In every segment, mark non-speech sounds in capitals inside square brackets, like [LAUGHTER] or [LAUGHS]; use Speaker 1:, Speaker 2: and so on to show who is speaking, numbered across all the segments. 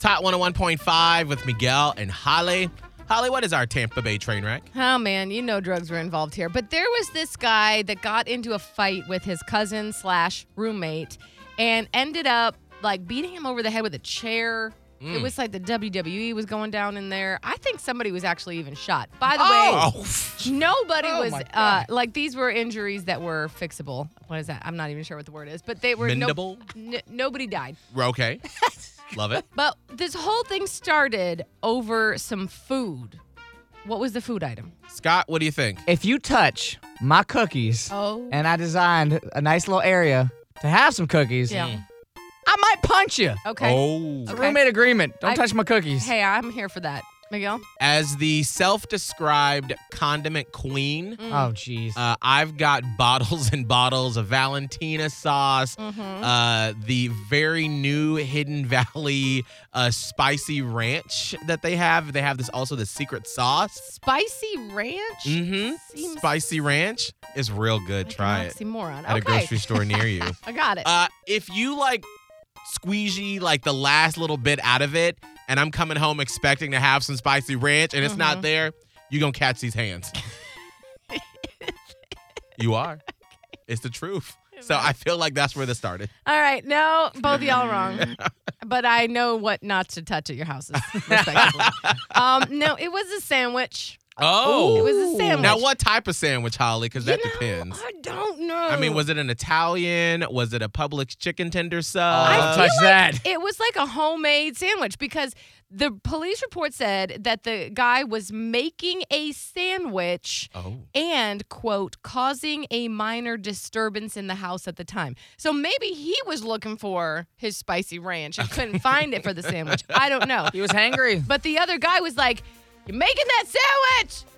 Speaker 1: Top 101.5 with Miguel and Holly. Holly, what is our Tampa Bay train wreck?
Speaker 2: Oh man, you know drugs were involved here. But there was this guy that got into a fight with his cousin slash roommate and ended up like beating him over the head with a chair.
Speaker 1: Mm.
Speaker 2: It was like the WWE was going down in there. I think somebody was actually even shot. By the
Speaker 1: Oh,
Speaker 2: way, nobody
Speaker 1: Oh,
Speaker 2: was
Speaker 1: my
Speaker 2: uh,
Speaker 1: God.
Speaker 2: like these were injuries that were fixable. What is that? I'm not even sure what the word is, but they were no-
Speaker 1: Mendable?
Speaker 2: n- nobody died. [LAUGHS]
Speaker 1: okay. Love it.
Speaker 2: But this whole thing started over some food. What was the food item?
Speaker 1: Scott, what do you think?
Speaker 3: If you touch my cookies,
Speaker 2: Oh.
Speaker 3: and I designed a nice little area to have some cookies,
Speaker 2: Yeah.
Speaker 3: I might punch you.
Speaker 2: Okay.
Speaker 1: Mm. Oh.
Speaker 3: It's a
Speaker 2: Okay.
Speaker 3: Roommate agreement. Don't
Speaker 2: I-
Speaker 3: touch my cookies.
Speaker 2: Hey, I'm here for that. Miguel?
Speaker 1: As the self described condiment queen,
Speaker 2: Mm.
Speaker 3: Oh, jeez.
Speaker 1: uh, I've got [LAUGHS] bottles and bottles of Valentina sauce,
Speaker 2: Mm.
Speaker 1: uh, the very new Hidden Valley uh, spicy ranch that they have. They have this also the secret sauce.
Speaker 2: Spicy ranch?
Speaker 1: Mm-hmm.
Speaker 2: Seems
Speaker 1: Spicy ranch is real good.
Speaker 2: like
Speaker 1: Try
Speaker 2: an
Speaker 1: it
Speaker 2: Oxymoron.
Speaker 1: at
Speaker 2: okay.
Speaker 1: a grocery store near you.
Speaker 2: I got it.
Speaker 1: [LAUGHS] Uh, if you like squeegee like the last little bit out of it, and I'm coming home expecting to have some spicy ranch, and it's not there, you gonna catch these hands. you are. It's the truth. So I feel like that's where this started.
Speaker 2: All right. No, both
Speaker 1: [LAUGHS]
Speaker 2: of y'all wrong. but I know what not to touch at your houses,
Speaker 1: [LAUGHS]
Speaker 2: respectively. um, no, it was a sandwich.
Speaker 1: Oh,
Speaker 2: It was a sandwich.
Speaker 1: Now, what type of sandwich, Holly? Because that
Speaker 2: You know, oh.
Speaker 1: depends.
Speaker 2: I don't know.
Speaker 1: I mean, was it an Italian? Was it a Publix chicken tender sub?
Speaker 3: I
Speaker 2: I
Speaker 3: Don't
Speaker 2: feel
Speaker 3: touch
Speaker 2: like
Speaker 3: that.
Speaker 2: It was like a homemade sandwich because the police report said that the guy was making a sandwich
Speaker 1: Oh.
Speaker 2: and, quote, causing a minor disturbance in the house at the time. So maybe he was looking for his spicy ranch and couldn't find it for the sandwich. I don't know.
Speaker 3: He was hangry.
Speaker 2: But the other guy was like, You're making that sandwich!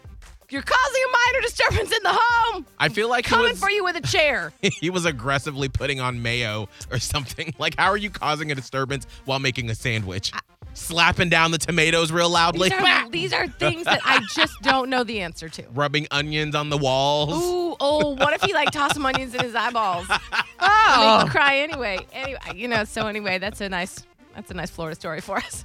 Speaker 2: You're causing a minor disturbance in the home!
Speaker 1: I feel like he
Speaker 2: Coming
Speaker 1: was,
Speaker 2: for you with a
Speaker 1: [LAUGHS]
Speaker 2: chair.
Speaker 1: he was aggressively putting on mayo or something. [LAUGHS] Like, how are you causing a disturbance while making a sandwich? Slapping down the tomatoes real loudly,
Speaker 2: These are, these are things that I just don't know the answer to.
Speaker 1: [LAUGHS] rubbing onions on the walls.
Speaker 2: Ooh, oh, what if he like tossed some onions in his eyeballs? Oh, make me cry anyway. Anyway, you know. So anyway, that's a nice, that's a nice Florida story for us.